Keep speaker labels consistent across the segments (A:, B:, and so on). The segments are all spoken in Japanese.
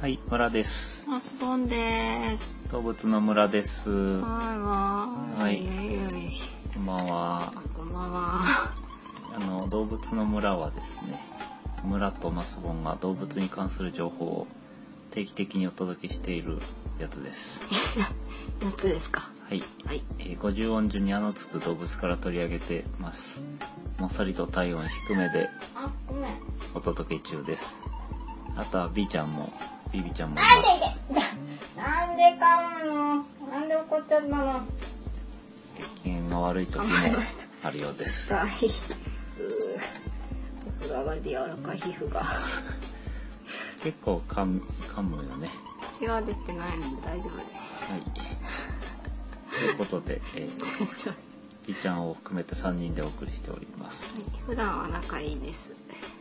A: はい、村です。
B: マスボンです。
A: 動物の村です。こ
B: はいわー。
A: はい
B: いえいえい。
A: んばんは。
B: あこんばんは。
A: あの、動物の村はですね、村とマスボンが動物に関する情報を定期的にお届けしているやつです。
B: 夏ですか。
A: はい。
B: はい。
A: えー50音順にあのつく動物から取り上げてます。もっさりと体温低めで
B: あ、ごめん。
A: お届け中です。あとは B ちゃんも、ビビちゃんもいます。
B: なんでかむの。なんで怒っちゃったの。は
A: 機嫌が悪い時も
B: わかりました
A: あるようです。
B: い。うー。が割で柔らかい皮膚が。
A: 結構噛む噛むよね。
B: 血は出てないので大丈夫です。
A: はい。ということで、えー、
B: 失礼します。
A: りちゃんを含めて3人でお送りしております。
B: はい。普段は仲いいです。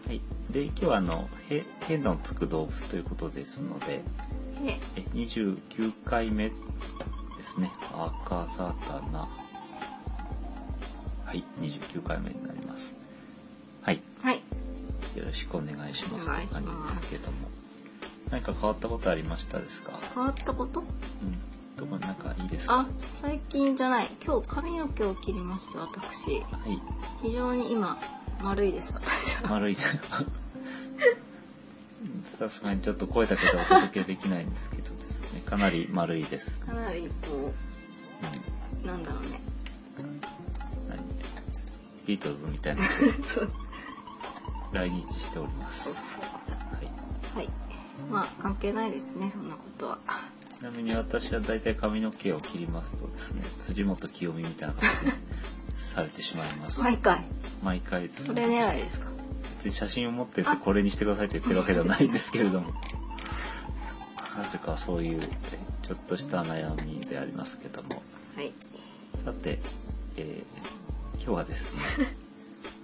A: はい。で、今日はあの、へ、へのつく動物ということですので、
B: で、
A: え29回目ですね。赤魚はい、29回目になります。はい。
B: はい。
A: よろしくお願いします。
B: お願いしま
A: と
B: す
A: いう感じですけども。何か変わったことありましたですか
B: 変わったこと
A: うん。どこなんかいいですか
B: あ、最近じゃない。今日髪の毛を切りました、
A: は
B: 私。
A: い。
B: 非常に今、丸いです、私は。
A: 丸いなさすがにちょっと声だけでお届けできないんですけどですねかなり丸いです、
B: かなり、こ
A: う
B: う、なんだろうね。
A: ん、何ビートルズみたいな
B: そう。
A: 来日しております、
B: そう
A: は
B: そう。
A: い、
B: はい。まあ、関係ないですね、そんなことは。
A: ちなみに私は大体髪の毛を切りますとですね辻元清美みたいな形にされてしまいます、
B: 毎回。
A: 毎回です
B: それ狙いですか。
A: で写真を持ってってこれにしてくださいと言ってるわけではないんですけれ どもなぜかそういうちょっとした悩みでありますけども
B: はい。
A: さて、えー今日はです ね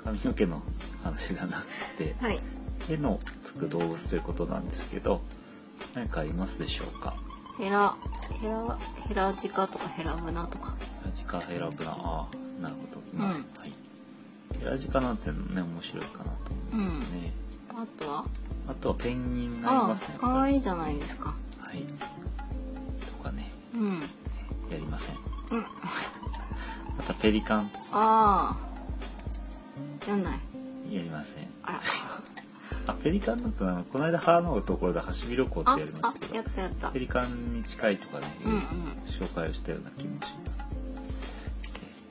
A: 髪の毛の話がなくて
B: はい。
A: 手のつく動物ということなんですけど何かありますでしょうか
B: ヘラ、ヘラ、ヘラジカとかヘラブナとか。
A: ラジカヘラブナあーなるほどいます、
B: うん
A: はいヘラジカなんてね面白いかなと思いますね、
B: あとは
A: あとはペンギンがい
B: あ
A: ますね
B: あ、かわい
A: い
B: いじゃないですか。
A: はいとかね
B: うん。うん。
A: やりません
B: あ
A: あとはペリカン
B: あー。やんない。
A: やりません
B: あら。
A: あペリカンなんてあのこの間腹のところで橋び旅行って
B: あ
A: やりま
B: あ
A: したけど
B: やったやった
A: ペリカンに近いとかね、
B: うんうん
A: 紹介をしたような気もします。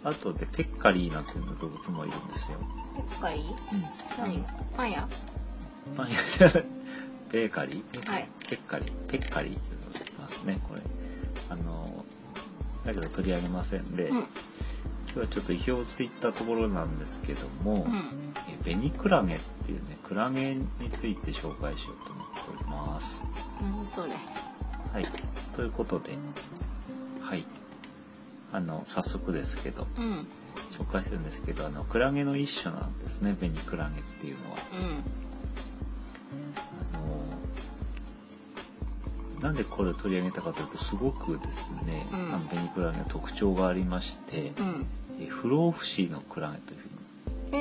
A: あとで、ペッカリーなんていう動物もいるんですよ。
B: ペッカリー
A: うん。
B: 何がパン屋
A: パン屋で、 ベーカリー
B: はい
A: ペッカリーペッカリーっていうのがいますね、これ。あの、だけど取り上げませんで、
B: うんうん
A: 今日はちょっと意表をついたところなんですけども、えベニクラゲっていうね、クラゲについて紹介しようと思っております。
B: 何それ
A: はい。ということで、はい。あの、早速ですけど、
B: うんうん
A: 紹介するんですけど、あの、クラゲの一種なんですね、ベニクラゲっていうのは。あの、なんでこれを取り上げたかというと、すごくですね、
B: うん
A: あのベニクラゲの特徴がありまして、
B: うん
A: え不老不死のクラゲというふうに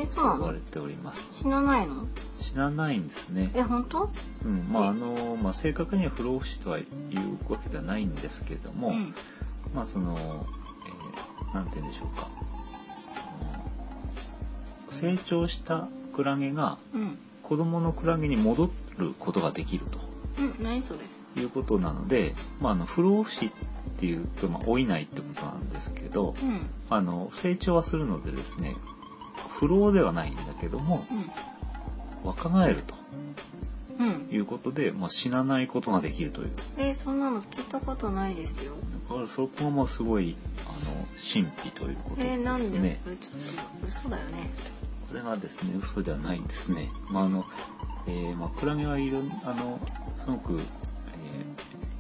B: えそうな
A: 呼ばれ
B: の
A: ております。
B: 死なないの
A: 知らないんですね。
B: え本当
A: うん、まあ、
B: え
A: あの、まあ、正確には不老不死とはいうわけではないんですけども、
B: うん
A: まあその、えーなんて言うんでしょうか。あの成長したクラゲが
B: うん
A: 子供のクラゲに戻ることができる
B: うん何それ
A: ということなので、まあ、あの不老不死っていうと、まあ、老いないってことなんですけど
B: うん
A: あの成長はするのでですね不老ではないんだけども若返る
B: うんう
A: と
B: ん
A: いうことで、まあ、死なないことができるという
B: えそんなの聞いたことないですよ
A: だからそこもすごいあの神秘ということです
B: え
A: ね。
B: なんでこれちょっと嘘だよね
A: これがですね、嘘ではないんですね。まあ、あの、えーまあ、クラゲはいろん、あの、すごく、えー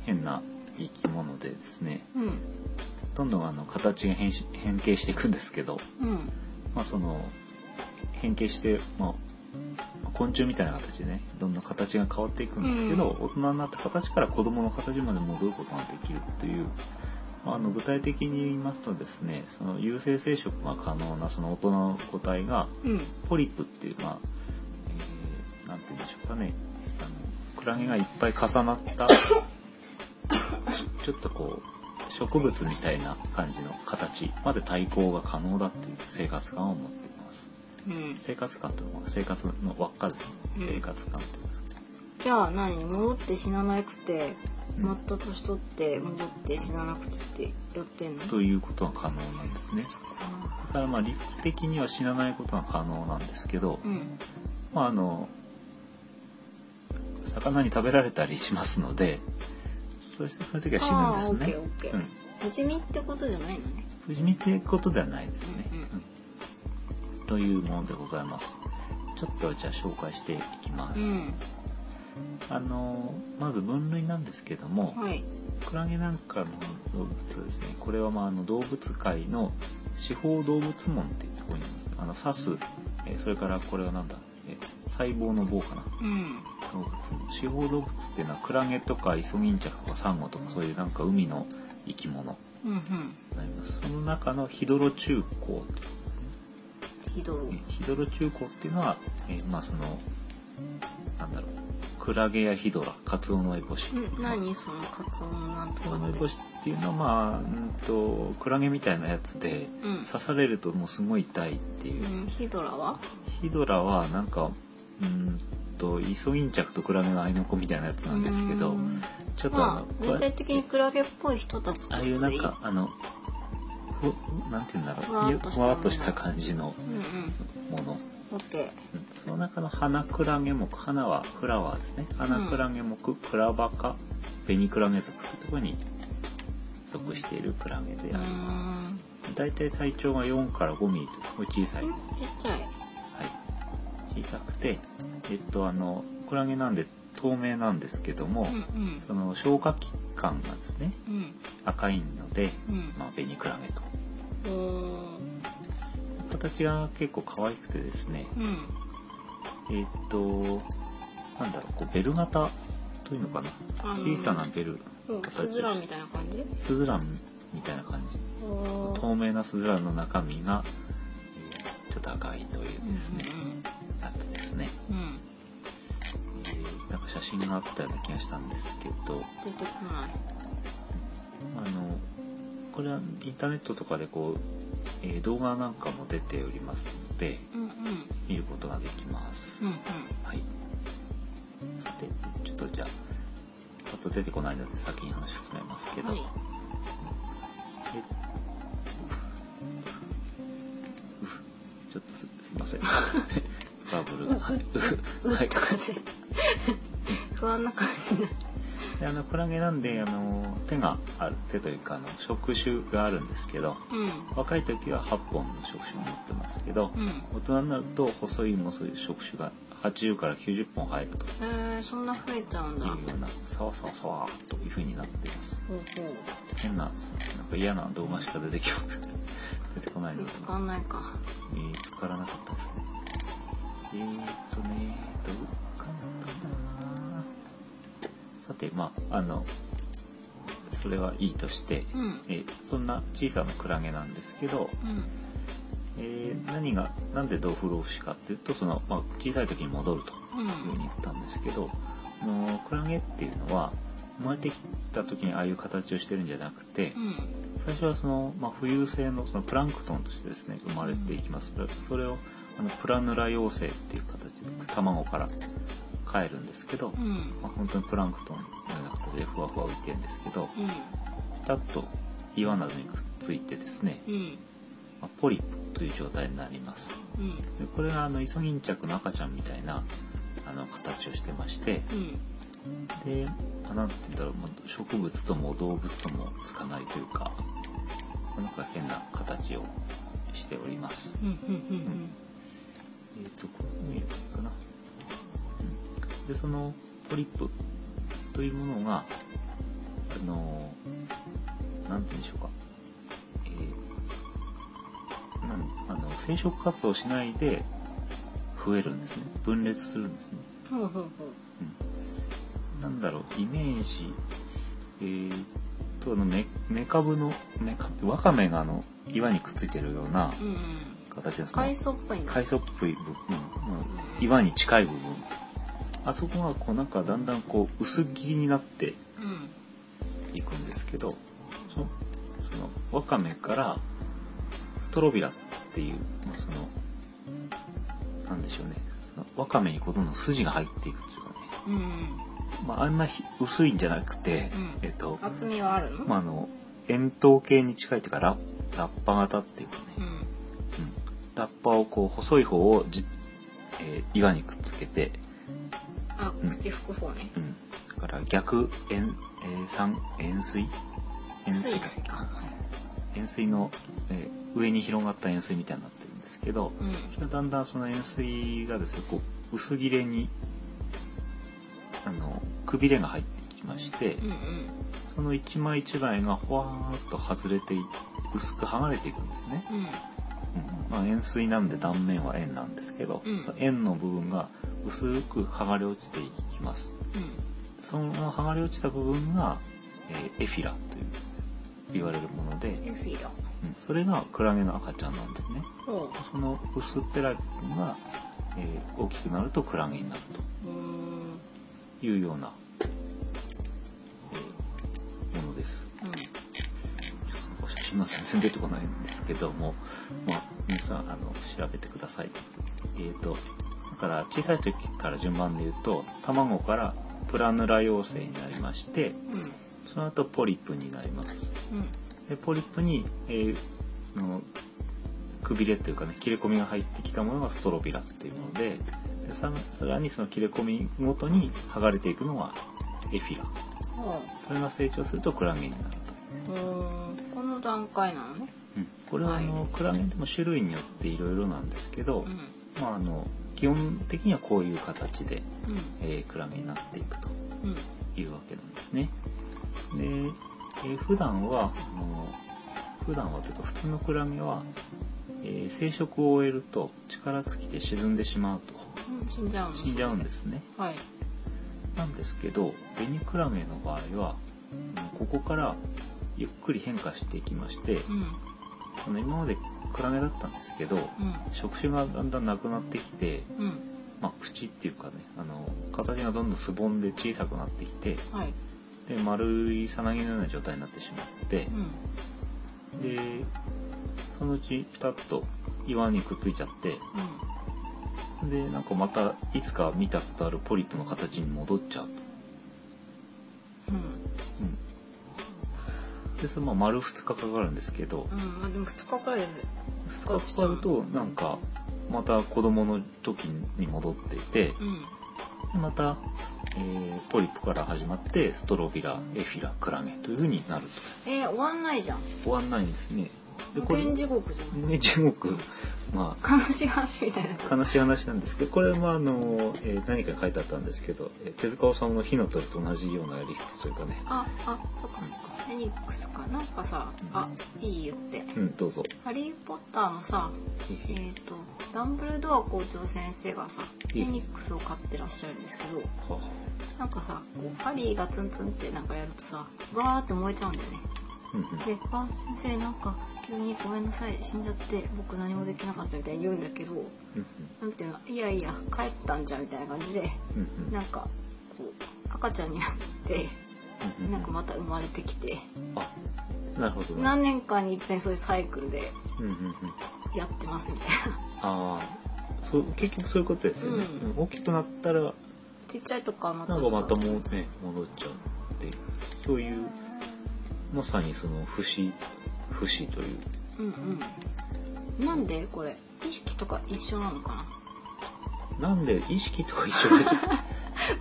A: 変な生き物でですね、
B: うん
A: どんどんあの、形が変し変形していくんですけど、
B: うん
A: まあ、その、変形して、まあ、昆虫みたいな形でね、どんどん形が変わっていくんですけど、大人になった形から子供の形まで戻ることができるという、まああの具体的に言いますとですね、その有性生殖が可能なその大人の個体が、
B: うん
A: ポリプっていう、まあ、えーなんて言うんでしょうかね、あの、クラゲがいっぱい重なった、ちょっとこう、植物みたいな感じの形まで対抗が可能だっていう生活感を持っています。
B: うん。
A: 生活感というのは生活の輪っかですね。
B: うん
A: 生活感っていうんですか。
B: じゃあ何戻って死ななくて、
A: うん
B: また年取って戻って死ななくてってやってんの
A: ということが可能なんですね。
B: そっか
A: だからまあ理屈的には死なないことが可能なんですけど、
B: うん。
A: まああの、魚に食べられたりしますので、そうしてそういう時は死ぬんですね。
B: あーオッケーオッケー
A: うん
B: 不死身ってことじゃないのね。
A: 不死身ってことではないですね。
B: うんうん
A: うんというものでございます。ちょっとじゃあ紹介していきます。
B: う
A: あのまず分類なんですけども、
B: ん。はい。
A: クラゲなんかの動物ですね。これはまああの動物界の司法動物門っていうところにいます。あの刺す、えーそれからこれはなんだ、えー細胞の棒かな。
B: うん。
A: 動物四方動物っていうのはクラゲとかイソギンチャクとかサンゴとかそういうなんか海の生き物
B: うんうん。
A: になりますその中のヒドロ中高って
B: ひどい。
A: ヒドロ中高っていうのは、えーまあそのなんだろうクラゲやヒドラカツオノエボシ
B: うん、何そのカツオのなんと
A: カツ
B: か
A: オノエ
B: って。
A: ボシっていうのはまあうんとクラゲみたいなやつで
B: うん。
A: 刺されるともうすごい痛いっていう、
B: うん、ヒドラは
A: ヒドラはなんかうんとイソギンチャクとクラゲの合いの子みたいなやつなんですけど、
B: うん
A: ちょっとあ
B: ま
A: の
B: あ、全体的にクラゲっぽい人たちって
A: ああ
B: こ
A: いう
B: と
A: な
B: で
A: ん
B: いい
A: か、あの、ふ、なんて言うんだろう、
B: ふわっとした
A: ふわっとした感じの
B: うんうん。
A: もの。
B: オッケ
A: うんその中の花クラゲ目、花はフラワーですね。花クラゲ目、クラバカ、ベニクラゲ属というところに属しているクラゲ
B: ー。
A: で
B: う
A: あ
B: ー
A: りま
B: ん。
A: す。大体体長が4から5ミリとすごい小さい。
B: う
A: は
B: んちっちゃい。
A: い。小さくて、えっと、あの、クラゲなんで透明なんですけども、
B: うんうん。
A: その消化器官がですね、
B: うん。
A: 赤いので、
B: うん。
A: まあ、ベニクラゲと。
B: おー
A: 形が結構可愛くてですね、
B: うん。
A: えーっと、なんだろう、こうベル型というのかな。
B: あの
A: 小さなベル、
B: うんスズランみたいな感じ
A: スズランみたいな感じ。
B: おー
A: 透明なスズランの中身が、えーちょっと赤いという
B: うん
A: ですね、やつですね。
B: うんうん。うん。
A: えーなんか写真があったような気がしたんですけど、
B: 出てこない。
A: あの、これはインターネットとかでこう、えー動画なんかも出ておりますので、
B: うんうん。
A: 見ることができます。
B: うんうん。
A: はい。さて、ちょっとじゃあ、ちょっと出てこないので先に話を進めますけど、
B: はい。
A: えうふ ちょっとすすいません。 バブルが。はい。うふ
B: う
A: は
B: っ
A: い
B: と。かで 不安な感じで。
A: であの、クラゲなんで、あの、手がある、手というか、あの、触手があるんですけど、
B: うん。
A: 若い時は8本の触手を持ってますけど、
B: うん。
A: 大人になると細いもそういう触手が80から90本生えると
B: えー、そんな増えちゃう
A: い
B: ん
A: う
B: だ。
A: よ
B: ほう
A: うな、サワサワサワーというふうになっています。
B: ほう。
A: 変な、なんか嫌な動画しか出てきなくて、 出てこないの
B: 見
A: で、
B: つかんないか。
A: 見つからなかったですね。えーっとね、どうかなったんだろうなさて、まあ、あの、それはいいとして、
B: うん。うん。
A: えーそんな小さなクラゲなんですけど、えー何が、なんでドーフローフかっていうと、その、まあ、小さい時に戻ると
B: う。
A: いうふうんに言ったんですけど、あのクラゲっていうのは、生まれてきた時にああいう形をしてるんじゃなくて、
B: うん。
A: 最初はその、まあ、浮遊性のそのプランクトンとしてですね生まれていきます、それをあのプラヌラ幼生っていう形で卵から変えるんですけど、
B: うん。うん。
A: まあ、本当にプランクトンのような形でふわふわ浮いてるんですけど
B: うん。
A: ピタッと岩などにくっついてですね、
B: うん。
A: まあポリプという状態になります
B: うん。
A: でこれがあのイソギンチャクの赤ちゃんみたいなあの形をしてまして
B: うん。
A: であなんて言うんだろうもう植物とも動物ともつかないというかなんか変な形をしております
B: うん。うん。
A: えっ、とこう見えるかな、うん、でそのポリップというものがあのなんて言うんでしょうかえーなんあの生殖活動しないで増えるんですね分裂するんですね
B: ほうほうほう。
A: うんなんだろう、イメージ、えーっと、あのメ、メカブの、メカブ、ワカメがあの、岩にくっついてるような
B: うん。うん。
A: 形です
B: 海藻っぽいんだ。
A: 海藻っぽい部分、うん岩に近い部分あそこがこうなんかだんだんこう薄切りになって
B: うん
A: いくんですけどそのそのワカメからストロビラっていう、まあ、そのなんでしょうねそのワカメにこうどんどん筋が入っていくっていうかね、
B: うん
A: まあ、あんなひ薄いんじゃなくて、
B: うん
A: えっと
B: うん、厚みはあるの、
A: まあ、あの円筒形に近いというかラッラッパ型っていうかね、
B: うん
A: うんラッパをこう細い方をじ、えー岩にくっつけて、
B: あ
A: うん
B: 口拭く方ね
A: うん、だから逆円、えー三円錐円錐か
B: 水か
A: 円錐の、えー上に広がった円錐みたいになってるんですけど
B: うん
A: それがだんだんその円錐がですねこう薄切れにあのくびれが入ってきまして
B: うん
A: その一枚一枚がほわーっと外れてい薄く剥がれていくんですね。
B: うんうん
A: まあ、円錐なんで断面は円なんですけど、
B: うん
A: その円の部分が薄く剥がれ落ちていきますその剥がれ落ちた部分が、えーエフィラという言われるもので、
B: うんエフィラ
A: うんそれがクラゲの赤ちゃんなんですね
B: ほ
A: その薄っぺらい部分が、えー大きくなるとクラゲになる
B: ううーん
A: というような、えーものですお写真が全然出てこないんですけども、まあ、皆さんあの調べてください。えっ、とだから小さい時から順番で言うと卵からプラヌラ幼生になりまして
B: うんうん
A: その後ポリプになります。
B: うん
A: でポリプに、えーのくびれというかね切れ込みが入ってきたものがストロビラっていうものででささらにその切れ込みごとに剥がれていくのがエフィラ
B: ほ
A: それが成長するとクラゲになると。
B: ううーんこの段階なのね
A: うんこれはあの、
B: はい
A: クラゲでも種類によっていろいろなんですけど、
B: うん
A: まあ、あの基本的にはこういう形で、
B: う
A: えークラゲになっていくと
B: んうん
A: いうわけなんですね。で、えー普段はあの普段はというか普通のクラゲは、えー生殖を終えると力尽きて沈んでしまうと
B: うん死んじゃうの
A: 死んじゃうんですね。
B: はい
A: なんですけどベニクラゲの場合はあのここからゆっくり変化していきまして、
B: うん
A: あの今までクラゲだったんですけど、触手がだんだんなくなってきて、
B: うんうん
A: まあ、口っていうかねあの形がどんどんすぼんで小さくなってきて
B: はい
A: で丸いさなぎのような状態になってしまって
B: うん
A: でそのうちピタッと岩にくっついちゃって
B: うん
A: でなんかまたいつか見たことあるポリプの形に戻っちゃうと、
B: うん
A: うん、でそれまあ丸2日かかるんですけど
B: うんまあでも2日くらいで
A: 2日かかるとなんかまた子供の時に戻っていて、
B: うん
A: でまた、えーポリプから始まってストロビラエフィラクラゲというふうになる
B: えー終わんないじゃん
A: と終わんないんですねで
B: 無限地獄じゃない
A: ね地獄ま
B: 悲しい話みたいなやつ
A: あ悲しい話なんですけどこれはあの、えー何か書いてあったんですけど、えー手塚治虫の「火の鳥」と同じようなやり口というかね
B: あ、あ、そっかそっか。フェニックスか。なんかさ、あ、いいよって。
A: うんどうぞ
B: ハリー・ポッターのさ、えっ、と、ダンブルドア校長先生がさ、フェニックスを飼ってらっしゃるんですけど、
A: はは
B: なんかさ、こうハリーがツンツンってなんかやるとさ、わーって燃えちゃうんだよね。
A: うんうん
B: で、あ、先生なんか急にごめんなさい、死んじゃって、僕何もできなかったみたいに言うんだけど、
A: うん
B: なんていうの、いやいや、帰ったんじゃんみたいな感じで、
A: うんうん
B: なんか、こう、赤ちゃんになって、
A: うんうん
B: なんかまた生まれてきて、
A: あなるほどな
B: 何年間に一遍そういうサイクルで
A: うんうんうん
B: やってますみたいな
A: ああそう結局そういうことですよね、
B: うん
A: うん大きくなったら
B: ちっちゃいとかはまた
A: なんかまたもうね、戻っちゃうっていう、そういう、まさにその不死、不死という、
B: うんうんなんでこれ意識とか一緒なのかな
A: なんで意識とか一緒で、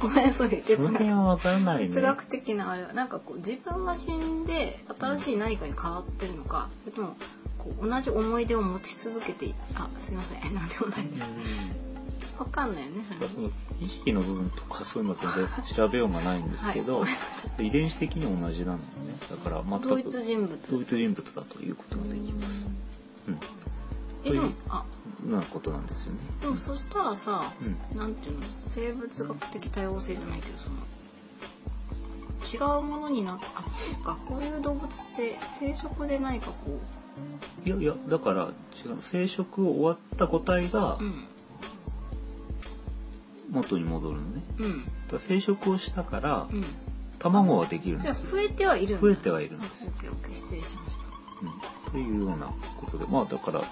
B: ごめんそういう哲
A: その辺
B: 学
A: はわからないね。
B: 哲学的なあれはなんかこう自分が死んで新しい何かに変わってるのかそれともこう同じ思い出を持ち続けていあすいませんなんでもないです
A: うん
B: わかんないよねそれ
A: だか
B: も
A: らその意識の部分とかそういうのは全然調べようがないんですけど、
B: はいごめんなさ
A: 遺伝子的に同じなのね。だから全く
B: 同一人物
A: 同一人物だということができます。うん。
B: えでもあ
A: なことなんですよね。
B: でもそしたらさ、
A: うん。
B: なんていうの生物学的多様性じゃないけどその違うものになっあそうかこういう動物って生殖で何かこ
A: いやいや、だから違う。生殖を終わった個体が、
B: う、うん、
A: 元に戻るのね
B: うん
A: だから生殖をしたから
B: うん
A: 卵はできるん
B: じ
A: で
B: ゃあ
A: すよ、
B: 増えてはいるんだ
A: 増えてはいるんです
B: あオッケーオッケー失礼しました
A: うん、というようなことでまあだから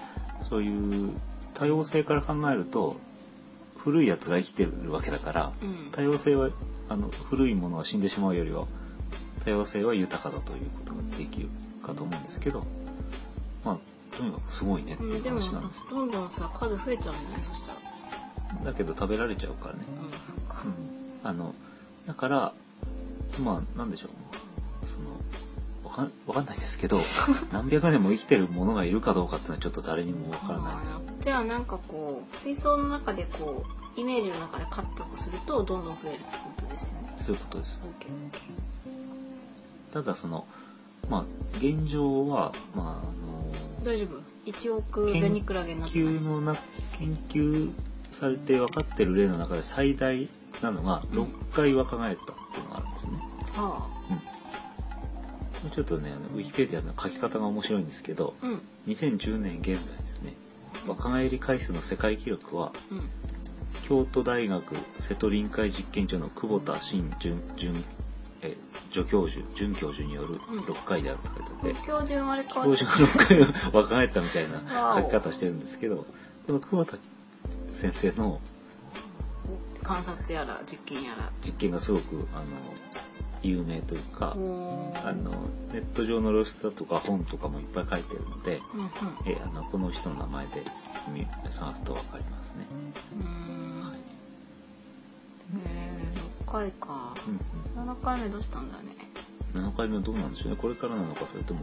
A: そういう多様性から考えると古いやつが生きてるわけだから
B: うん
A: 多様性はあの古いものは死んでしまうよりは多様性は豊かだということができるかと思うんですけどまあとにかくすごいねって
B: う
A: い
B: ん
A: う
B: でも
A: 話な
B: さ
A: んです、
B: どんどんさ数増えちゃうんじゃないそしたら
A: だけど食べられちゃうからね
B: うんそっか
A: うんあのだからまあなんでしょうそのわかんわかんないですけど何百年も生きてるものがいるかどうかっていうのはちょっと誰にもわからないです
B: あーじゃあなんかこう水槽の中でこうイメージの中でカットするとどんどん増えるってことですよね
A: そういうことです
B: OK
A: ただそのまあ現状はまああの
B: 大丈夫1億
A: 研
B: ベニクラゲになって
A: 研
B: ない
A: 究のな研究されて分かってる例の中で最大なのが
B: うん
A: 6回若返ったっていうのがあるんですね、
B: は
A: うん、ちょっとねあのウィキペディアの書き方が面白いんですけど
B: あうん
A: 2010年現在ですね若返り回数の世界記録は
B: うん
A: 京都大学瀬戸臨海実験所の久保田真准准え助教授准教授による6回であると書いてあって、
B: 教授生まれ変わ
A: 教
B: っちゃ
A: 授が6回が若返ったみたいな
B: わお
A: 書き方してるんですけどこの久保田先生の
B: う観察やら実験やら
A: 実験がすごくあの有名というか、
B: おー
A: あのネット上の露出だとか本とかもいっぱい書いてるので、
B: うんうん
A: えあのこの人の名前で見探すと分かりますね。
B: うーんへー6回か
A: うんうん
B: 7回目どうしたんだろうね
A: 7回目はどうなんでしょうねこれからなのかそれとも、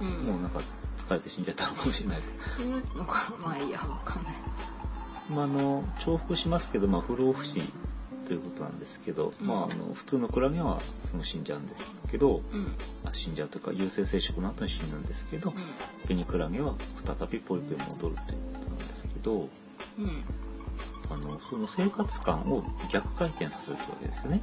B: う
A: うんもうんなんか疲れて死んじゃったのかもしれない
B: 死ぬのかまあいいやわかんない
A: まああの重複しますけど、まあ、不老不死ということなんですけど、
B: うん
A: まあ、あの普通のクラゲはその死んじゃうんですけど
B: うんうん
A: あ死んじゃうというか有性生殖の後に死ぬんですけどペニクラゲは再びポリプに戻るということなんですけど
B: うん
A: あのその生活観を逆回転させるってわけですよね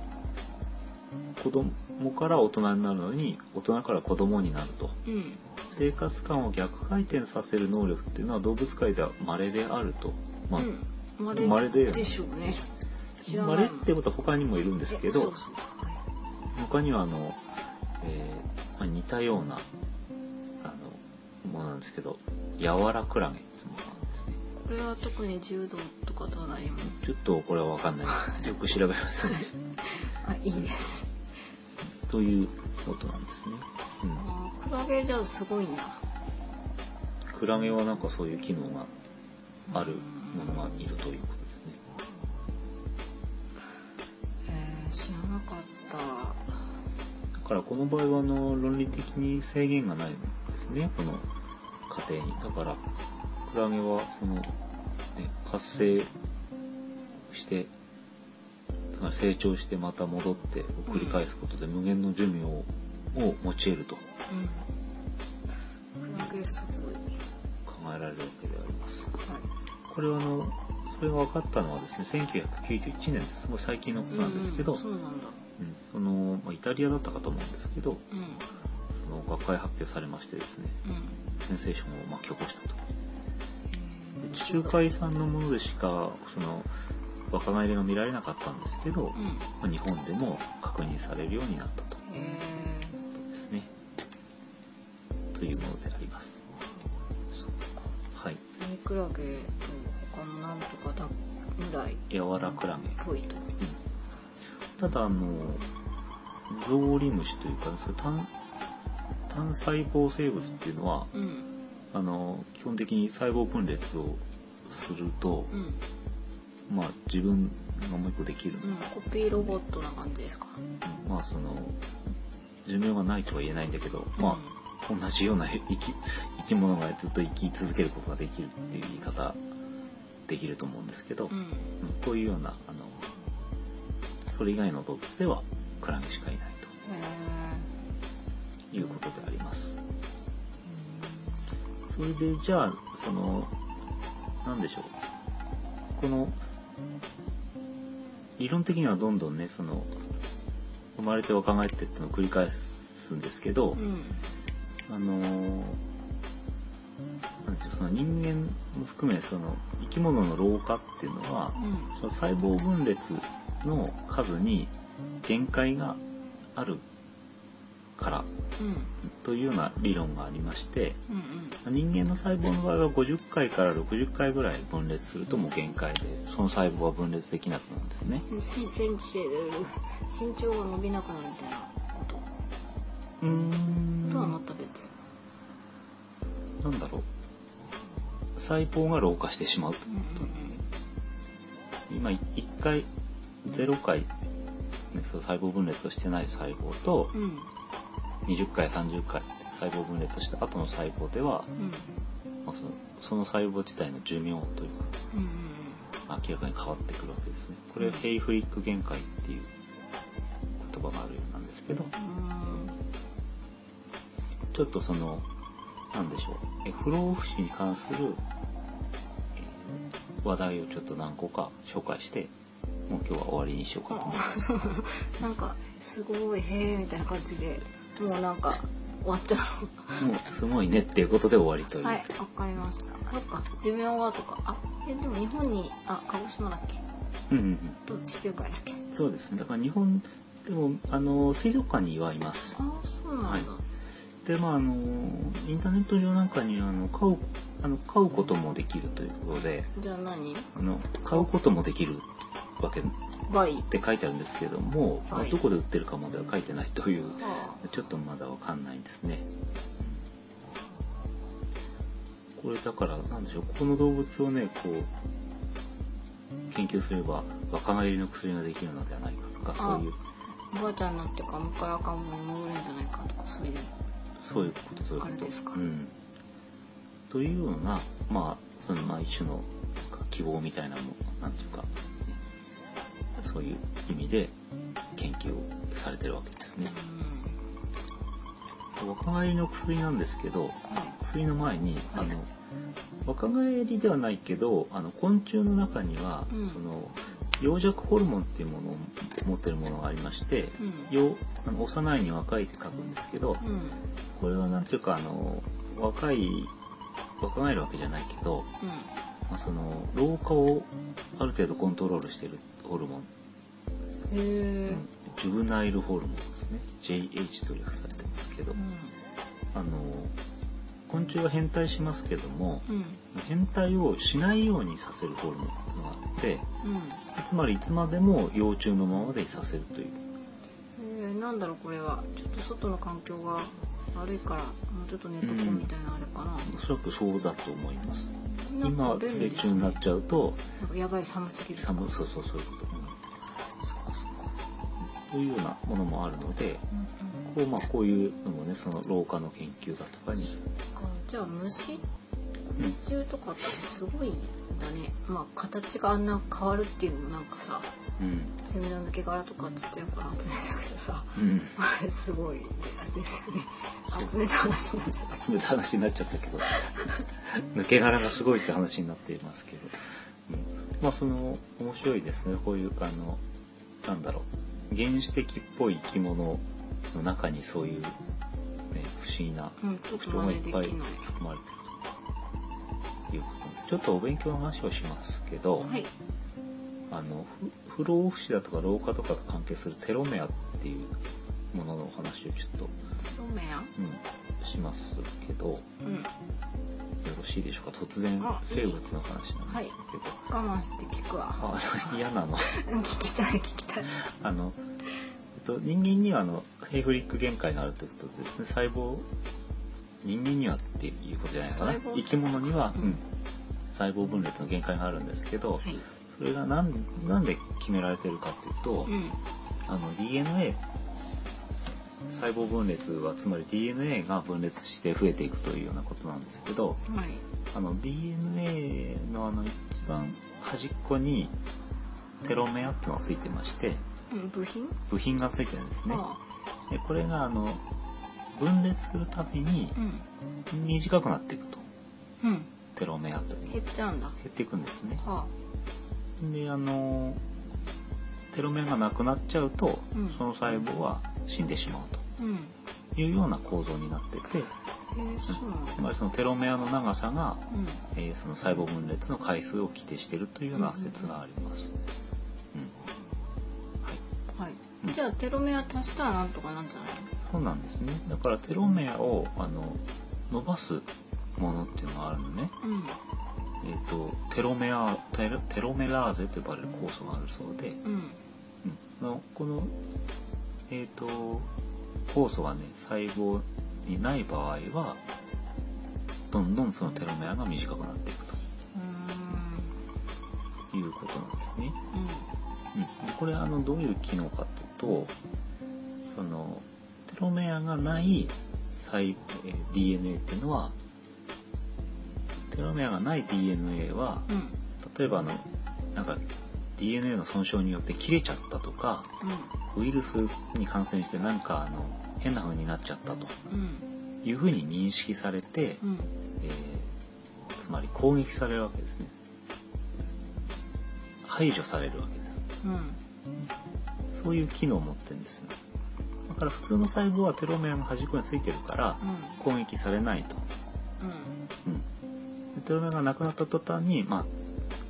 A: 子供から大人になるのに大人から子供になると
B: うん
A: 生活観を逆回転させる能力っていうのは動物界では稀であると、まあ
B: うん
A: まれだよね
B: でしょうね知らない
A: 稀ってことは他にもいるんですけ
B: えそ
A: ど
B: うそうそうはい
A: 他にはあの、えーまあ、似たようなあのものなんですけどやわらクラゲっていうものなんですね
B: これは特に柔道とかとは何も
A: ちょっとこれは分かんないですよく調べませんでし
B: あいいです
A: たということなんですね、う
B: あークラゲじゃあすごいんだ
A: ん、クラゲはなんかそういう機能があるものがいるということですね
B: へー知らなかった
A: だからこの場合はあの論理的に制限がないんですねこの過程にだからクラゲはその、ね、発生してつまり成長してまた戻ってを繰り返すことで無限の寿命をを用いると考
B: うんクラゲすごい
A: えられるわけであります
B: はい
A: これはあのそれが分かったのはですね1991年ですごい最近のことなんですけど、
B: うんそうなんだ
A: うんそのまあイタリアだったかと思うんですけど
B: うん
A: その学会発表されましてですねセンセーションを巻き起こしたと。
B: うんへー
A: 地中海産のものでしかその若返りが見られなかったんですけど、
B: うん
A: まあ日本でも確認されるようになったと
B: へー
A: ですね。というものであります。はい。
B: ミニクラゲと他のなんとかだぐらいっ
A: 柔らクラゲ。
B: ぽいと
A: ただあのゾウリムシというか、それ単単細胞生物っていうのは
B: うん
A: あの基本的に細胞分裂をすると、
B: うん
A: まあ自分がもう一個できるんで
B: うんコピーロボットな感じですか
A: まあその寿命がないとは言えないんだけど、まあ同じような生き 生き物がずっと生き続けることができるっていう言い方できると思うんですけど、
B: うんうん
A: うんこういうようなあのそれ以外の動物ではクラゲしかいない
B: へー
A: ということであります。それでじゃあそのなんでしょうこの理論的にはどんどんねその生まれて若返ってっていうのを繰り返すんですけど、
B: うん
A: あのーなんていうのその人間も含めその生き物の老化っていうのは
B: うん
A: その細胞分裂の数に限界があるから
B: うん
A: というような理論がありまして
B: うん
A: 人間の細胞の場合は50回から60回ぐらい分裂するともう限界でその細胞は分裂できなくなるんですね。
B: うんし身長身長が伸びなくなるみたいなこと
A: うーん
B: とはまた別
A: なんだろう細胞が老化してしまうと
B: うん
A: 今1回0回、ね、その細胞分裂をしてない細胞と
B: うん
A: 20回30回細胞分裂をした後の細胞では、
B: うん
A: まあそのその細胞自体の寿命という
B: うんうん
A: か明らかに変わってくるわけですねこれ
B: う
A: を
B: ん
A: ヘイフリック限界っていう言葉があるようなんですけど
B: うん
A: ちょっとそのなんでしょうえ不老不死に関する、えー話題をちょっと何個か紹介してもう今日は終わりにしようかと思います。
B: あそうなんかすごいへえみたいな感じでもうなんか終わっちゃう
A: もうすごいねっていうことで終わりという。
B: はいわかりましたそっか寿命はとかあえでも日本にあ鹿児島だっけ
A: うんうん
B: と地中海だっけ
A: うん。そうですね。だから日本でもあの水族館にはいます。
B: あそうなんだ、
A: はでまああのインターネット上なんかにあの飼うあの飼うこともできるということで、
B: じゃあ何
A: あの飼うこともできるわけっ
B: バイ
A: て書いてあるんですけども、まあ
B: はい
A: どこで売ってるかまでは書いてないという。
B: は
A: ちょっとまだわかんないですね。これだから、なんでしょう、ここの動物をね、こう、研究すれば若返りの薬ができるのではないかとか、
B: あ
A: そういう、
B: あおばあちゃんになってからもう一回赤ん坊に戻れるんじゃないかとかそういう
A: そういうこと、そういうこと。
B: あれですか
A: うん。というような、まあ、その、まあ、一種の希望みたいなもの、なんていうか、ねそういう意味で研究をされてるわけですね。
B: う
A: 若返りの薬なんですけど、
B: んはい
A: 薬の前に、
B: は
A: あ
B: い
A: の若返りではないけどあの昆虫の中には、
B: うん
A: その羊弱ホルモンっていうものを持ってるものがありまして、
B: うん
A: よあの幼いに若いって書くんですけど、
B: うん
A: これはなんていうかあの若い若返るわけじゃないけど、まあ、その老化をある程度コントロールしてるホルモン、
B: うんへえ
A: ジュブナイルホルモンですね JH と略されてますけど、あの昆虫は変態しますけども、
B: うんうん
A: 変態をしないようにさせるホルモンっていうのがあって
B: うん
A: つまりいつまでも幼虫のままでいさせるという
B: えー、なんだろうこれはちょっと外の環境が悪いからもうちょっと寝とこうみたいなあれかな、
A: おそらくそうだと思います
B: なんか
A: 今
B: 便
A: 成
B: 利です
A: 虫に
B: ね
A: なっちゃうと
B: なんかやばい寒すぎる
A: 寒そうそうそういうことになるというようなものもあるので
B: うんうん
A: こう,、まあ、こういうのもねその老化の研究だとかに、
B: そっかじゃあ虫
A: うん
B: 中とかってすごいんだねまあ形があんな変わるっていうのもなんかさ
A: うん
B: セミの抜け殻とかちっちゃいから集めたけどさ
A: うん、
B: あれすごいですよね集めた話になっちゃ
A: 集めた話になっちゃったけど 抜け殻がすごいって話になっていますけど、うん、まあその面白いですねこういうあのなんだろう原始的っぽい生き物の中にそういう、ね、不思議な
B: ううんちょっ
A: 特
B: と
A: 徴
B: 真
A: がい
B: 似で
A: っ
B: き
A: ぱ
B: ないい
A: 含まれてるということなんですちょっとお勉強の話をしますけど、
B: はい
A: あの不不老不死だとか老化とかと関係するテロメアっていうもののお話をちょっと、
B: ロメア
A: うん、しますけど。
B: うん
A: よろしいでしょうか突然
B: あ
A: 生物の話なんですけど、
B: 我慢して聞くわ
A: あ嫌なの
B: 聞きたい聞きたい
A: あの、えっと、人間にはあのヘイフリック限界があるということでですね細胞人間にはっていうことじゃないかな
B: 細胞
A: 生き物には、
B: うん
A: うん細胞分裂の限界があるんですけど
B: はい
A: それがなんなんで決められてるかっていうと、
B: うん
A: あの DNA 細胞分裂はつまり DNA が分裂して増えていくというようなことなんですけど、
B: はい。
A: あの DNA のあの一番端っこにテロメアっていうのがついてまして
B: うん部品？
A: 部品がついてるんですね
B: あ
A: でこれがあの分裂するたびに
B: あうん。
A: 短くなっていくと
B: うん。
A: テロメアというのは
B: 減っちゃうんだ。は
A: 減っていくんですね
B: あ。
A: であのテロメアがなくなっちゃうと
B: うん
A: その細胞は死んでしまう
B: うん。
A: というような構造になってて
B: えそうなんだ
A: つまりそのテロメアの長さが、
B: うん
A: えーその細胞分裂の回数を規定しているというような説があります。うんはい、
B: はい
A: うん
B: じゃあテロメア足したらなんとかなんじゃない
A: そうなんですね。だからテロメアをあの伸ばすものっていうのがあるのね。
B: うん
A: えっ、とテロメアテロテロメラーゼと呼ばれる酵素があるそうで、
B: うん
A: うんのこのえっ、と酵素がね細胞にない場合はどんどんそのテロメアが短くなっていく
B: うーん
A: ということなんですね。
B: うん
A: うん、でこれあのどういう機能かというとそのテロメアがない細、えー DNA っていうのはテロメアがない DNA は
B: うん
A: 例えばあのなんか DNA の損傷によって切れちゃったとかウイルスに感染してなんかあの変な風になっちゃったと
B: うん
A: いう風に認識されて、
B: うんうん
A: えーつまり攻撃されるわけですね排除されるわけです
B: うん
A: そういう機能を持ってるんですよ。だから普通の細胞はテロメアの端っこについてるから
B: う
A: 攻撃されないと。
B: ん
A: うん、でテロメアがなくなった途端に、まあ、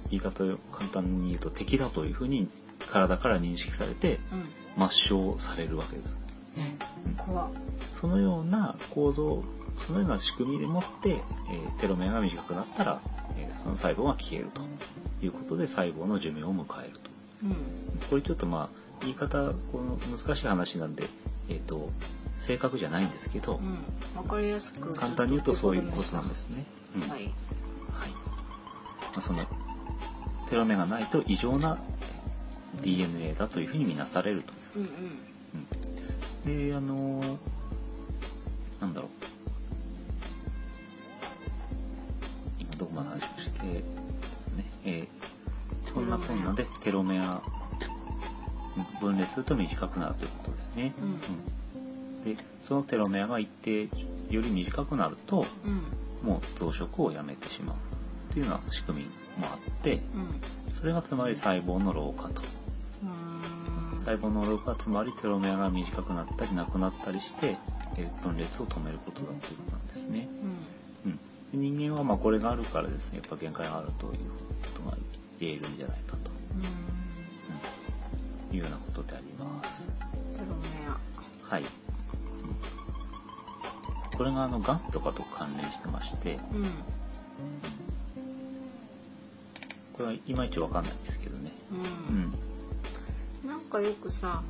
A: 言い方を簡単に言うと敵だというふうに体から認識されて
B: うんうん
A: 抹消されるわけです。
B: ね
A: うん
B: 怖っ
A: そのような構造、そのような仕組みでもって、えーテロメアが短くなったら、えーその細胞が消えるということで細胞の寿命を迎えると。
B: うん
A: これちょっとまあ言い方この難しい話なんで、えっと正確じゃないんですけど、
B: うんわかりやすく
A: 簡単に言うとそういうことなんですね。うん
B: はい
A: はいまあそのテロメアがないと異常な DNA だというふうに見なされると。
B: うんうん
A: うん、であのーなんだろう今どこまで話しましたっけ、えーねえーそんなこんなでテロメアうん分裂すると短くなるということですね、
B: うん
A: うんでそのテロメアが一定より短くなると
B: うん
A: もう増殖をやめてしまうというような仕組みもあって
B: うん
A: それがつまり細胞の老化と
B: うーん
A: 細胞の老化つまりテロメアが短くなったりなくなったりしてえー分裂を止めることだということなんですね。
B: うん
A: うん、で人間はまあこれがあるからですねやっぱ限界があるということが言えるんじゃないかと、
B: うん
A: うん、いうようなことであります。
B: テロメア
A: はい、うんこれがあのがんとかと関連してまして
B: うんうん
A: これはいまいちわかんないですけどね。うん、
B: なんかよくさ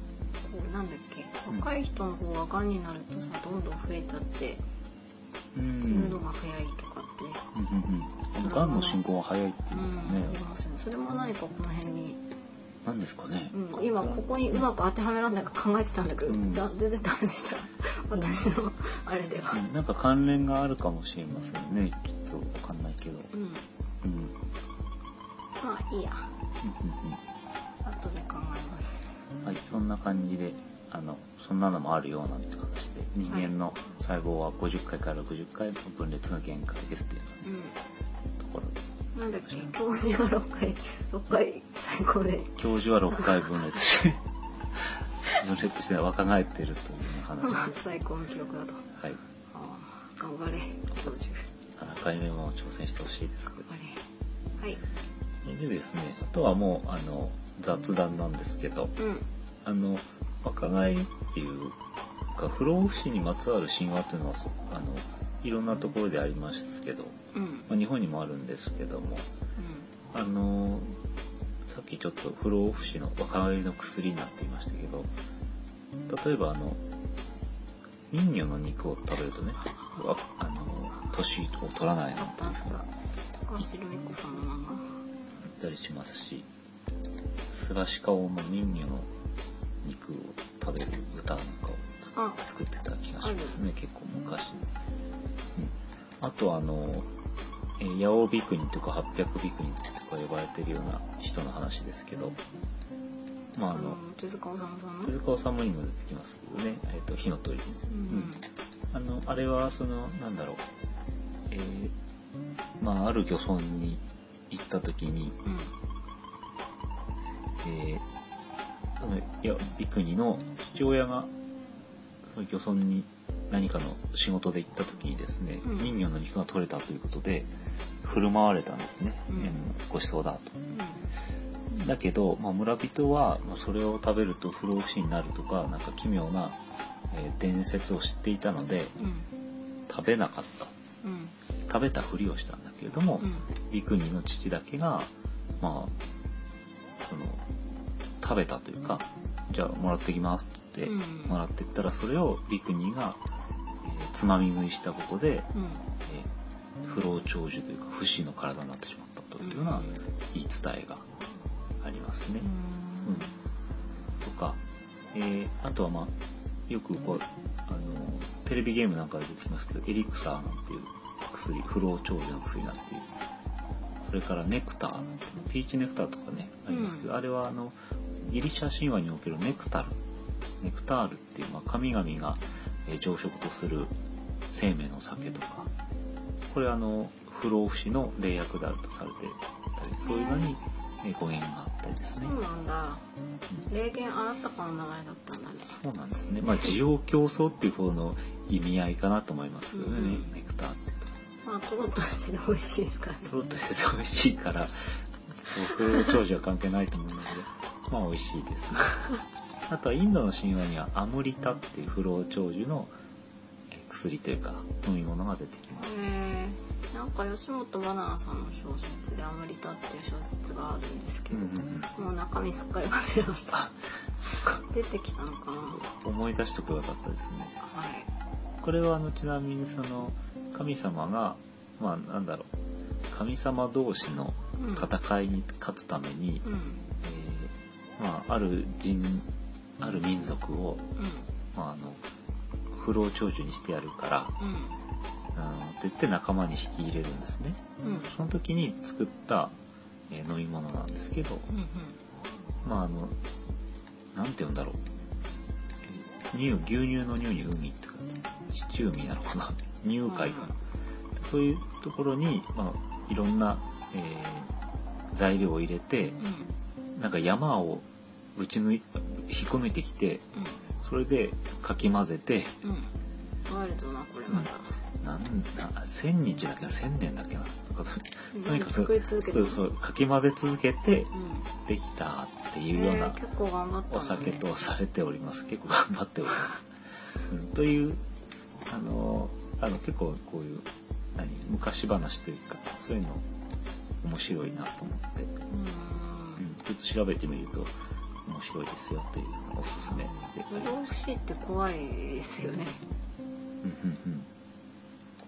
B: こうなんだっけ若い人の方ががんになるとさどんどん増えちゃって
A: うん、
B: 死ぬのが早いとかって
A: うんうんうん。がんの進行が早いって
B: う
A: 言いますよね
B: ん。ありますよねそれも何かこの辺に
A: なんですかね。
B: うん今ここにうまく当てはめられないか考えてたんだけど、
A: うん
B: だ全然ダメでした私のあれでは
A: うんなんか関連があるかもしれませんね。きっとわかんないけど。
B: うん
A: うん。うんうん
B: まあいいや後で考えます
A: うんはい、そんな感じで、あの、そんなのもあるようなって形で、人間の細胞は50回から60回分裂が限界ですっていうよう
B: う
A: なところで。
B: んなんだっけ教授が6回6回最高で
A: 教授は6回分裂して、分裂して若返ってるというような話です。
B: 最高の記録だと
A: はい。
B: あー頑張れ教授
A: 7回目も挑戦してほしいですけど
B: 頑。張れはい
A: でですね、あとはもう、あの、雑談なんですけど、
B: うん
A: あの若返りっていうか不老不死にまつわる神話っていうのはそあのいろんなところでありますけど、
B: うん
A: まあ、日本にもあるんですけどもあのさっきちょっと不老不死の若返りの薬なんて言いましたけど例えばあの人魚の肉を食べるとねわあの年を取らない
B: うんあ
A: なん
B: って
A: いうふうに
B: 高橋留美子さんの漫
A: 言
B: 画
A: ったりしますしスラシカオも人魚の肉を食べる豚なんかを作
B: あ
A: 作ってた気がしますね結構昔、うん、あとあのえー八尾ビクニとか八百ビクニとか呼ばれてるような人の話ですけどまあ
B: あ
A: あの
B: の手塚治虫さんの
A: 手塚治虫にも出てきますけどね「えー、と火の鳥」
B: うん
A: あのあれはそのなんだろうえーまあある漁村に行った時に
B: うん
A: えーあのいやビクニの父親がその漁村に何かの仕事で行った時にですね、
B: うん
A: 人魚の肉が取れたということで振る舞われたんですね、
B: うん
A: えーごちそうだとだけど、まあ、村人はまあそれを食べると不老不死になるとかなんか奇妙な、えー伝説を知っていたので
B: うん
A: 食べなかった
B: うん
A: 食べたふりをしたんだけれども、
B: うん
A: 陸二の父だけがまあその食べたというかじゃあもらってきますって言って
B: うん
A: もらってったらそれを陸二が、えーつまみ食いしたことで、
B: うん
A: えー不老長寿というか不死の体になってしまったというような言い伝えがありますね。
B: うん
A: とか、えーあとはまあよくこうあのテレビゲームなんかで出てきますけどエリクサーなんていう薬不老長寿の薬なんていうそれからネクターなんていうピーチネクターとかねありますけど、
B: うん
A: あれはあのギリシャ神話におけるネクタルネクタールっていう、まあ、神々がえー常食とする生命の酒とかこれはあの不老不死の霊薬であるとされていたりそういうのにえー語源があったりです
B: そ
A: ね。
B: うなんだ
A: うん
B: 霊言あなたからの名前だったんだね
A: そうなんですね。まあ、需要競争っていう方の意味合いかなと思いますけどね、
B: うん
A: ネクターって。
B: まあトロッとして美味しいですからね
A: とろっとしてて美味しいから、僕、長寿は関係ないと思うんだけど、まあ、美味しい です、ね。あとは、インドの神話にはアムリタっていう不老長寿のえー薬というか、飲み物が出てきます。
B: えーなんか吉本ばななさんの小説で「アムリタ」っていう小説があるんですけ
A: うん
B: ど、
A: うんうん。
B: もう中身すっかり忘れました
A: あ、そっか。
B: 出てきたのかな
A: 思い出しておけばよかったですね。
B: はい
A: これはあのちなみにその神様がまあなんだろう神様同士の
B: うん
A: 戦いに勝つために、
B: うん
A: えーまあ、ある人ある民族を、
B: う
A: まあ、あの不老長寿にしてやるから、
B: ん
A: うん、って言って仲間に引き入れるんですね
B: うんうんうん
A: その時に作った、えー飲み物なんですけどまああのなんて言うんだろうえー乳牛乳の乳に海って書いてシチュー海なのかな乳海かな、そういうところに、まあ、いろんな、えー材料を入れて
B: うんうん
A: なんか山をぶち抜い引っこ抜いてきてそれでかき混ぜて
B: うんうんワイルドなこれまた、
A: なんな1000日だっけな1000年だっけなとかとにかく
B: 作り続けて
A: そうそうかき混ぜ続けて
B: うん
A: できたって
B: え
A: いうような、
B: ー、結構頑張ったんだね
A: お酒とされております。結構頑張っております。うん、という、あの、あの結構こういう、何、昔話というか、そういうの面白いなと思って、
B: う
A: うんん、ちょっと調べてみると面白いですよというのがおすすめであ
B: 不
A: り
B: 老
A: ま
B: 不
A: す。
B: 死って怖いですよね
A: うんうんうん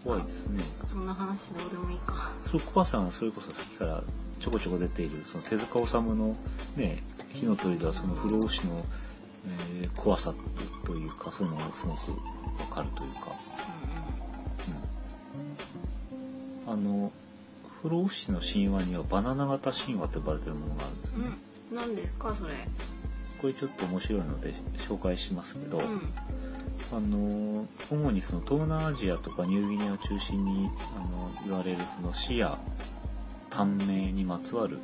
A: 怖いですね。
B: そんな話どうでもいいか
A: そう怖さがそれこそさっきからちょこちょこ出ているその手塚治虫のね「火の鳥」ではその不老不死の、えー怖さというかそういうのがすごくわかるというか、うん、あの不老不死の神話にはバナナ型神話と呼ばれてるものがあるんです
B: う
A: ね、
B: んうんうん何ですかそれ
A: これちょっと面白いので紹介しますけど、
B: うん
A: あの主にその東南アジアとかニューギニアを中心にあの言われるその死や短命にまつわる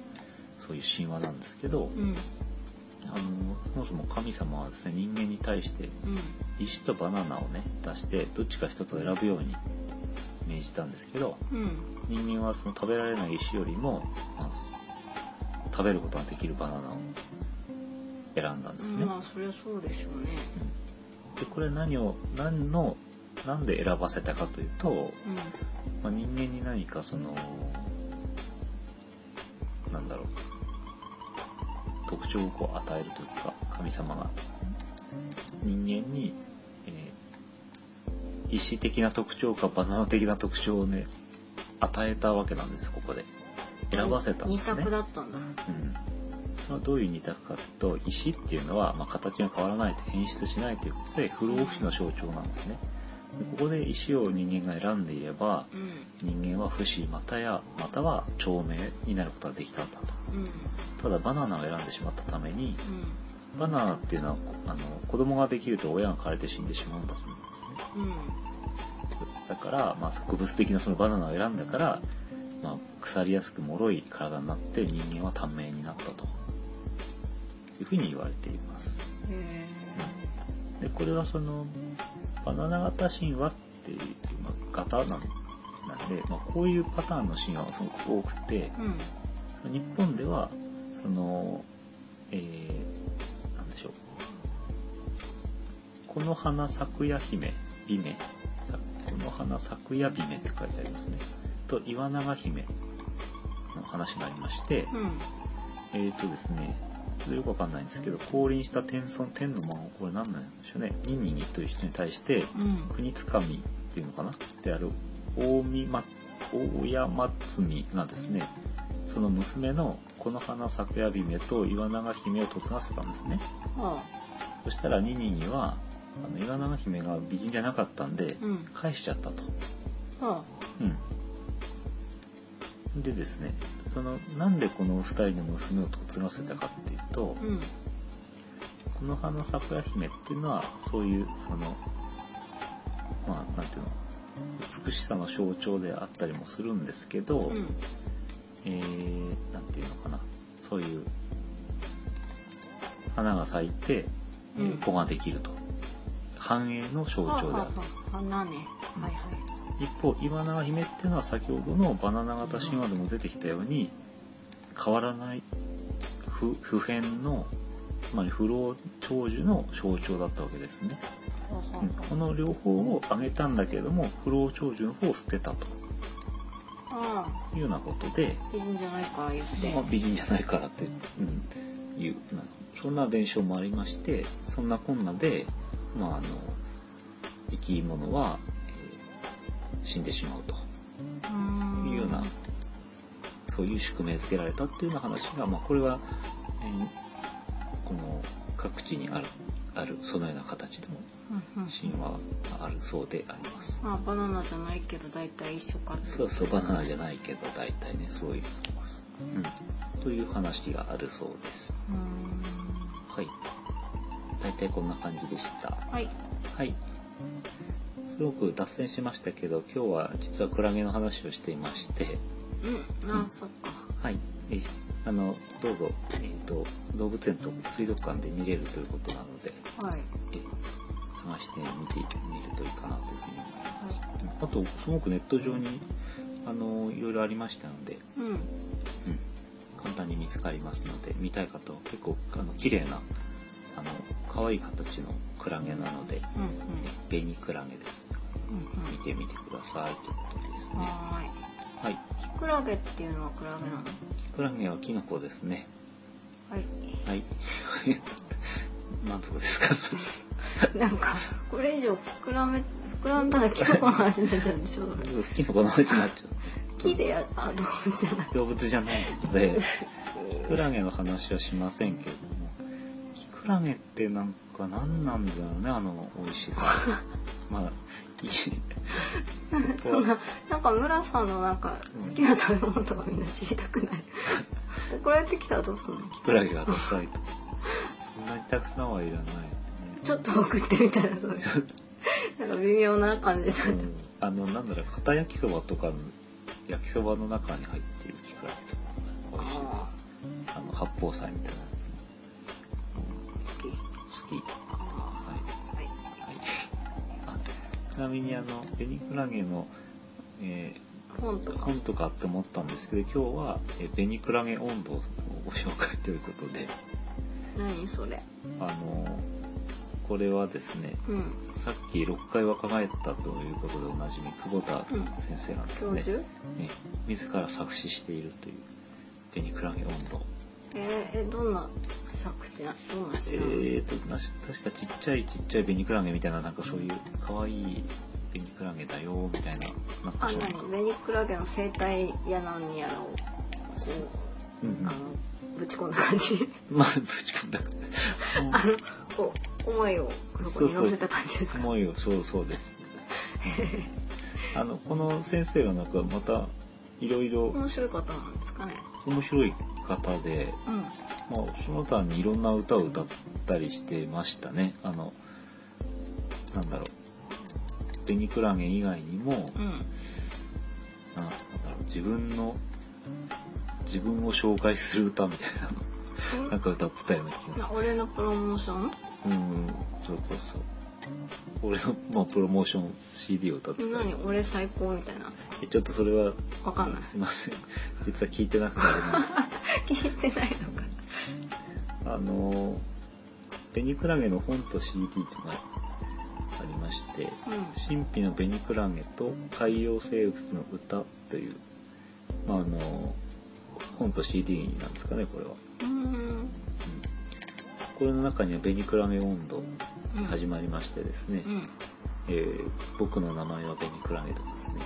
A: そういう神話なんですけど、
B: うん
A: あのそもそも神様はですね人間に対して
B: うん
A: 石とバナナをね出してどっちか一つを選ぶように命じたんですけど
B: うん
A: 人間はその食べられない石よりも、まあ食べることができるバナナを選んだんですね。
B: まあそりゃそうでしょうね
A: でこれ何を何の何で選ばせたかというと、
B: うん
A: まあ、人間に何かそのなんだろう特徴をこう与えるというか神様が人間に、えー、意思的な特徴かバナナ的な特徴をね与えたわけなんですここで選ばせたんです
B: 二
A: ね
B: 択。だったんだ
A: うんそれはどういう二択かというと石っていうのは、まあ、形が変わらないと変質しないということで不老不死の象徴なんですねでここで石を人間が選んでいれば
B: うん
A: 人間は不死またやまたは長命になることができたんだと
B: うん
A: ただバナナを選んでしまったためにバナナっていうのはあの子供ができると親が枯れて死んでしまうんだそうなんですね
B: うんうん
A: だから、まあ、植物的なそのバナナを選んだから、まあ、腐りやすく脆い体になって人間は短命になったというふうに言われています。
B: へえ
A: でこれはそのバナナ型神話っていう、まあ、型なんなんで、まあ、こういうパターンの神話がすごく多くて、
B: うん
A: 日本ではそのえー、なんでしょう「この花桜姫」「美女」さ「この花桜美女」って書いてありますねと「岩永姫」の話がありまして、
B: うん
A: えっ、とですね、ちょっとよくわかんないんですけど、降臨した天孫天の魔王、これ何なんでしょうね、ニンニニという人に対して、
B: うん
A: 国つかみっていうのかなである大見、ま、大山積がですね、その娘のこの花桜姫と岩永姫を嫁がせたんですね。
B: は
A: そしたらニニニは、あの岩永姫が美人じゃなかったんで
B: あ、うん
A: 返しちゃったと。
B: は
A: うん。でですね、その、なんでこの二人の娘を嫁がせたかっていうと、
B: あうん
A: この花桜姫っていうのはそういうそのまあなんていうの美しさの象徴であったりもするんですけど、
B: うん
A: えー、なんていうのかなそういう花が咲いて、えー
B: うん
A: 子ができると繁栄の象
B: はあ
A: 徴であ
B: は
A: る
B: あ花ねはいはい
A: 一方岩永姫っていうのは先ほどのバナナ型神話でも出てきたように変わらない不不変のつまり不老長寿の象徴だったわけですね、
B: はあは
A: うんこの両方を挙げたんだけれども不老長寿の方を捨てたと
B: あはあ
A: いうようなことで、
B: あ美人じゃないから言って
A: まあ、美人じゃないからって、うん、いうなそんな伝承もありましてそんなこんなで、まあ、あの生き物は、えー死んでしまうと。
B: うん
A: いうようなそういう宿命づけられたっていうような話が、まあ、これは、えーこの各地にあるあるそのような形でも
B: うんうん
A: 神話があるそうであります。
B: まあバナナじゃないけど大体一緒かって
A: そうそうバナナじゃないけど大体ねそういう、うん、という話があるそうです。
B: うーん
A: はい大体こんな感じでした。
B: はい
A: はい。すごく脱線しましたけど今日は実はクラゲの話をしていまして。
B: うんあそっか
A: はい、えーあのどうぞ、えー、と動物園と水族館で見れるということなので、
B: はい
A: えー探してみてみるといいかなというふうに思います。うんあとすごくネット上にあのいろいろありましたので、
B: うん
A: うん、簡単に見つかりますので見たい方は結構あの綺麗なあの可愛い形のクラゲなので
B: うんうん
A: ベニクラゲです。
B: うんう
A: 見
B: ん
A: てみてくださいということですね。
B: はー
A: はい、
B: いキクラゲっていうのはクラゲなの
A: クラゲはキノコですね。
B: はい
A: はい。 満足ですかそれ。
B: なんかこれ以上膨らめ膨らんだらキノコの話になっちゃうんでしょ
A: キノコの話になっちゃ。
B: 木でやあどうじゃないう
A: 動物じゃないので、キクラゲの話はしませんけれども、キクラゲってなんか何なんだろうね、あの美味し さ。まあ、いい。
B: そんななんか村さんのなんか好きな食べ物とかみんな知りたくない送られてきたらどうすんの
A: キクラゲがダサいと。そんなにたくさんはいらない、ね。
B: ちょっと送ってみたらそういう
A: ちょっ
B: なんか微妙な感じで
A: と、うんあの、なんだろう、片焼きそばとかの、焼きそばの中に入っているキクラゲとか、美味しいです
B: あ
A: あの、八宝菜みたいなやつ。
B: あ好き
A: 好き。
B: あ
A: はい。
B: あは
A: は
B: い
A: い、あちなみにあのベニクラゲの、え
B: 本と
A: ー
B: か
A: 本とかって思ったんですけど今日は、えーベニクラゲ温度をご紹介ということで
B: 何それ
A: あのこれはですね
B: うん
A: さっき6回若返ったということでおなじみ久保田先生なんです
B: 教
A: ね、
B: 授
A: ね自ら作詞しているというベニクラゲ温度
B: えー、えどんな作詞などんな
A: え
B: 詩なの
A: ーとなし確かちっちゃいちっちゃいベニクラゲみたいななんかそういう可愛いベニクラゲだよみたいななんか
B: あ
A: そういう
B: のベニクラゲの生態やなんやらをこ
A: うんう
B: う、
A: ん
B: あのぶち込んだ感じ
A: まあ、ぶち込んだ。もう
B: あのこう思いをそこに乗せた感じですか
A: 思いを、そうそう です。あの、この先生がなんかまた、いろいろ
B: 面白い方なんですかね
A: 面白い方で、
B: うん
A: まあ、その他にいろんな歌を歌ったりしてましたね。あの、なんだろう。ベニクラゲ以外にも、
B: うん
A: ななんだろう、自分の、自分を紹介する歌みたい なの、なんか歌ってたような気がする。
B: な俺のプロモーション
A: うん、そうそうそう。俺の、まあ、プロモーション CD を歌ってた
B: 何
A: り
B: 俺最高みたいな
A: えちょっとそれは
B: わかんない
A: すいません実は聞いてなくてあれ なんです
B: 聞いてないのか
A: あのベニクラゲの本と CD っていうのがありまして
B: う
A: 神秘のベニクラゲと海洋生物の歌という、まあ、あの本と CD なんですかねこれは、
B: んうん
A: これの中にはベニクラゲ温度
B: うん
A: 始まりましてですね、
B: うんうん
A: えー僕の名前はベニクラゲとかですね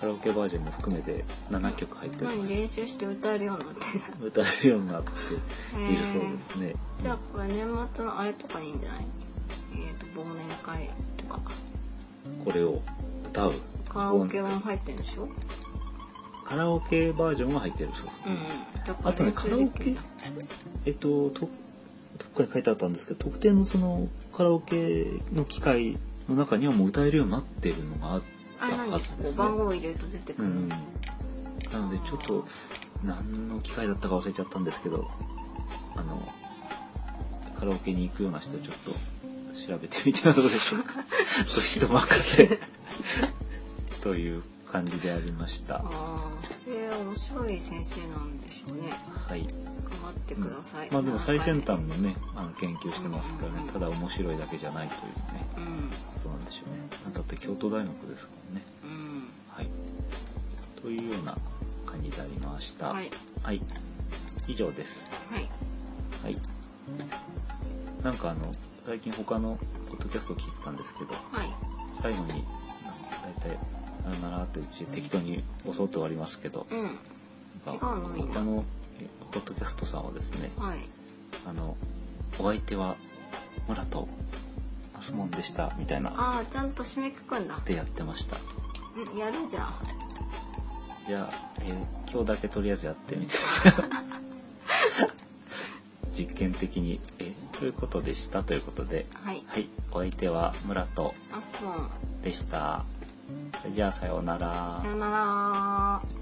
A: カラオケバージョンも含めて7曲入っておりま
B: 何
A: す
B: 練習して歌えるようになってんだ
A: 歌えるようになっているそうですね、
B: じゃあこれ年末のあれとかにいいんじゃないえっ、と忘年会とか
A: これを歌う
B: カラオケも入ってるんでしょうん
A: カラオケバージョンが入ってるそうです、
B: うんだか
A: あと
B: ら
A: ね
B: 練習できるじゃん
A: えっととどっかに書いてあったんですけど特定のそのカラオケの機械の中にはもう歌えるようになってるのがあっ
B: あれ何
A: あ
B: こ
A: そうですね
B: う番号入れると出て
A: う
B: くる、
A: んなのでちょっと何の機械だったか忘れちゃったんですけどあのカラオケに行くような人ちょっと調べてみてはどうでしょう か人任せという感じでありました
B: ああえー、面白い先生なんでしょうね
A: はい
B: 頑張ってください、
A: まあでも最先端のねあの研究してますから
B: うんうん
A: ね
B: うん
A: ただ面白いだけじゃないというね
B: うん
A: ことなんでしょうねだって京都大学ですからね
B: うん
A: はいというような感じでありました
B: はい
A: はい以上です
B: はい
A: はいなんかあの最近他のポッドキャストを聞いてたんですけど
B: はい
A: 最後になんか大体あれならってうち適当に襲って終わりますけど
B: うん
A: なん
B: 違うの
A: か
B: みんな
A: 他のえポッドキャストさんはですね
B: はい
A: あの、お相手は、村と、マスモンでした、みたいな、
B: ああちゃんと締めくくんだ
A: でやってました。
B: うんやるじゃん
A: じゃあ、えー今日だけとりあえずやってみて。実験的に、えーということでした、ということで。
B: はい
A: はい、お相手は、村と、
B: アスポン
A: でした。それじゃあ、さようなら
B: さよなら